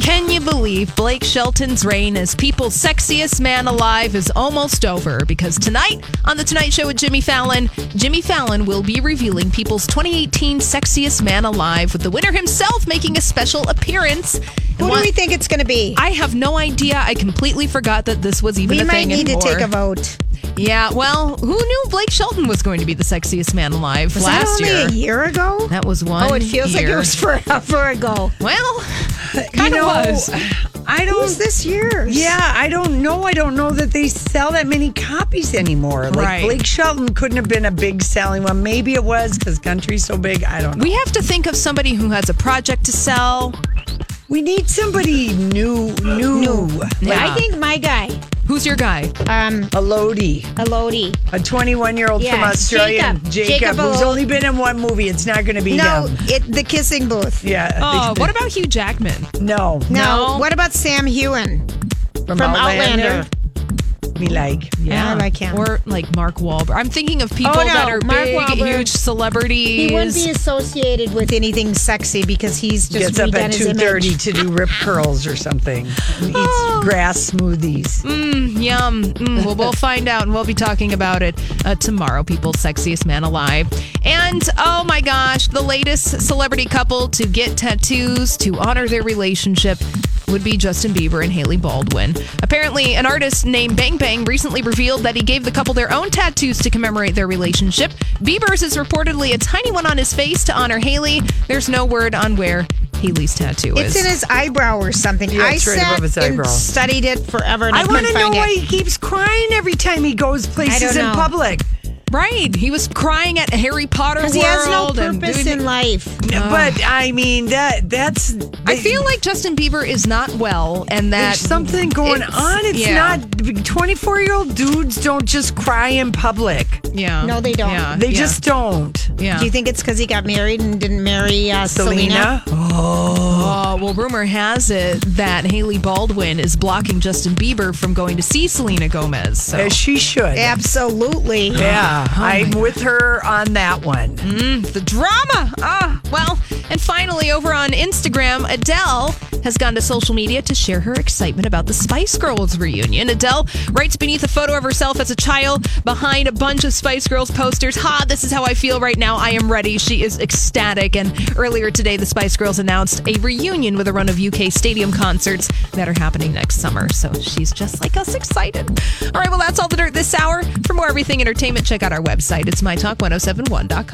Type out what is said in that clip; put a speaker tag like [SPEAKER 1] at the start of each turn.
[SPEAKER 1] Can you believe Blake Shelton's reign as people's sexiest man alive is almost over? Because tonight on The Tonight Show with Jimmy Fallon, Jimmy Fallon will be revealing people's 2018 Sexiest Man Alive with the winner himself making a special appearance.
[SPEAKER 2] Who do we think it's going to be?
[SPEAKER 1] I have no idea. I completely forgot that this was even
[SPEAKER 2] We
[SPEAKER 1] a
[SPEAKER 2] might
[SPEAKER 1] thing
[SPEAKER 2] need to
[SPEAKER 1] anymore.
[SPEAKER 2] take a vote.
[SPEAKER 1] Yeah, well, who knew Blake Shelton was going to be the sexiest man alive
[SPEAKER 2] Was that
[SPEAKER 1] last
[SPEAKER 2] only
[SPEAKER 1] year?
[SPEAKER 2] a year ago?
[SPEAKER 1] That was one.
[SPEAKER 2] Oh, it feels like it
[SPEAKER 1] year.
[SPEAKER 2] was forever ago.
[SPEAKER 1] Well,
[SPEAKER 3] You
[SPEAKER 1] kind of
[SPEAKER 3] know,
[SPEAKER 1] was.
[SPEAKER 3] I
[SPEAKER 2] It
[SPEAKER 3] don't.
[SPEAKER 2] was this year.
[SPEAKER 3] Yeah, I don't know. I don't know that they sell that many copies anymore. Like
[SPEAKER 1] Right.
[SPEAKER 3] Blake Shelton couldn't have been a big selling one. Maybe it was because country's so big. I don't know.
[SPEAKER 1] We have to think of somebody who has a project to sell.
[SPEAKER 3] We need somebody new, new,
[SPEAKER 2] I think my guy,
[SPEAKER 1] Who's your guy?
[SPEAKER 2] um,
[SPEAKER 3] a Lodi,
[SPEAKER 2] Elodie.
[SPEAKER 3] a 21 year old from
[SPEAKER 2] Yeah,
[SPEAKER 3] Australia,
[SPEAKER 2] Jacob.
[SPEAKER 3] Jacob,
[SPEAKER 2] Jacob
[SPEAKER 3] who's
[SPEAKER 2] Elordi.
[SPEAKER 3] only been in one movie. It's not going to be
[SPEAKER 2] No,
[SPEAKER 3] him.
[SPEAKER 2] it, the kissing booth.
[SPEAKER 3] Yeah.
[SPEAKER 1] Oh, what about Hugh Jackman?
[SPEAKER 3] no?
[SPEAKER 2] No.
[SPEAKER 1] No.
[SPEAKER 2] What about Sam Hewen from, Outlander?
[SPEAKER 3] Me like.
[SPEAKER 2] Yeah, I like him.
[SPEAKER 1] Or like Mark Wahlberg. I'm thinking of people
[SPEAKER 2] no,
[SPEAKER 1] that are
[SPEAKER 2] Mark
[SPEAKER 1] big,
[SPEAKER 2] Wahlberg.
[SPEAKER 1] huge celebrities.
[SPEAKER 2] He wouldn't be associated with anything sexy because he's just
[SPEAKER 3] Gets up
[SPEAKER 2] redone
[SPEAKER 3] at
[SPEAKER 2] his
[SPEAKER 3] two
[SPEAKER 2] image.
[SPEAKER 3] thirty to do rip curls or something. And eats
[SPEAKER 1] Oh.
[SPEAKER 3] grass smoothies.
[SPEAKER 1] Yum. Mm, well, we'll find out and we'll be talking about it uh, tomorrow, people's sexiest man alive. And oh my gosh, the latest celebrity couple to get tattoos to honor their relationship would be Justin Bieber and Haley Baldwin. Apparently, an artist named Bang Bang recently revealed that he gave the couple their own tattoos to commemorate their relationship. Bieber's is reportedly a tiny one on his face to honor Haley. There's no word on where Haley's tattoo
[SPEAKER 2] It's
[SPEAKER 1] is.
[SPEAKER 2] in his eyebrow or something.
[SPEAKER 3] Yeah,
[SPEAKER 2] I
[SPEAKER 3] it's right
[SPEAKER 2] sat
[SPEAKER 3] above his
[SPEAKER 2] and
[SPEAKER 3] eyebrow.
[SPEAKER 2] studied it forever. And I,
[SPEAKER 3] I want to
[SPEAKER 2] couldn't
[SPEAKER 3] know
[SPEAKER 2] find
[SPEAKER 3] why
[SPEAKER 2] it.
[SPEAKER 3] he keeps crying every time he goes places in
[SPEAKER 2] know.
[SPEAKER 3] public.
[SPEAKER 1] right. He was crying at Harry Potter World.
[SPEAKER 2] Because he has no
[SPEAKER 1] and
[SPEAKER 2] purpose
[SPEAKER 1] doing-
[SPEAKER 2] in life.
[SPEAKER 3] But I mean that that's
[SPEAKER 1] I feel like Justin Bieber is not well, and that
[SPEAKER 3] there's something going on. It's
[SPEAKER 1] yeah.
[SPEAKER 3] not 24 year old dudes don't just cry in public.
[SPEAKER 1] Yeah,
[SPEAKER 2] No, they don't.
[SPEAKER 1] Yeah,
[SPEAKER 3] They
[SPEAKER 1] yeah,
[SPEAKER 3] just don't.
[SPEAKER 1] Yeah.
[SPEAKER 2] Do you think it's because he got married and didn't marry uh, Selena?
[SPEAKER 3] Selena.
[SPEAKER 1] Uh, well, rumor has it that Haley Baldwin is blocking Justin Bieber from going to see Selena Gomez. So
[SPEAKER 3] As she should. Yeah.
[SPEAKER 2] Absolutely.
[SPEAKER 1] Oh
[SPEAKER 3] I'm with her on that one.
[SPEAKER 1] the drama. Ah, well. And finally, over on Instagram, Adele has gone to social media to share her excitement about the Spice Girls reunion. Adele writes beneath a photo of herself as a child behind a bunch of Spice Girls posters. Ha, this is how I feel right now. I am ready. She is ecstatic. And earlier today, the Spice Girls announced a reunion with a run of UK stadium concerts that are happening next summer. So she's just like us, excited. oh All right, well, that's all the dirt this hour. For more everything entertainment, check out our website. It's mytalk1071.com.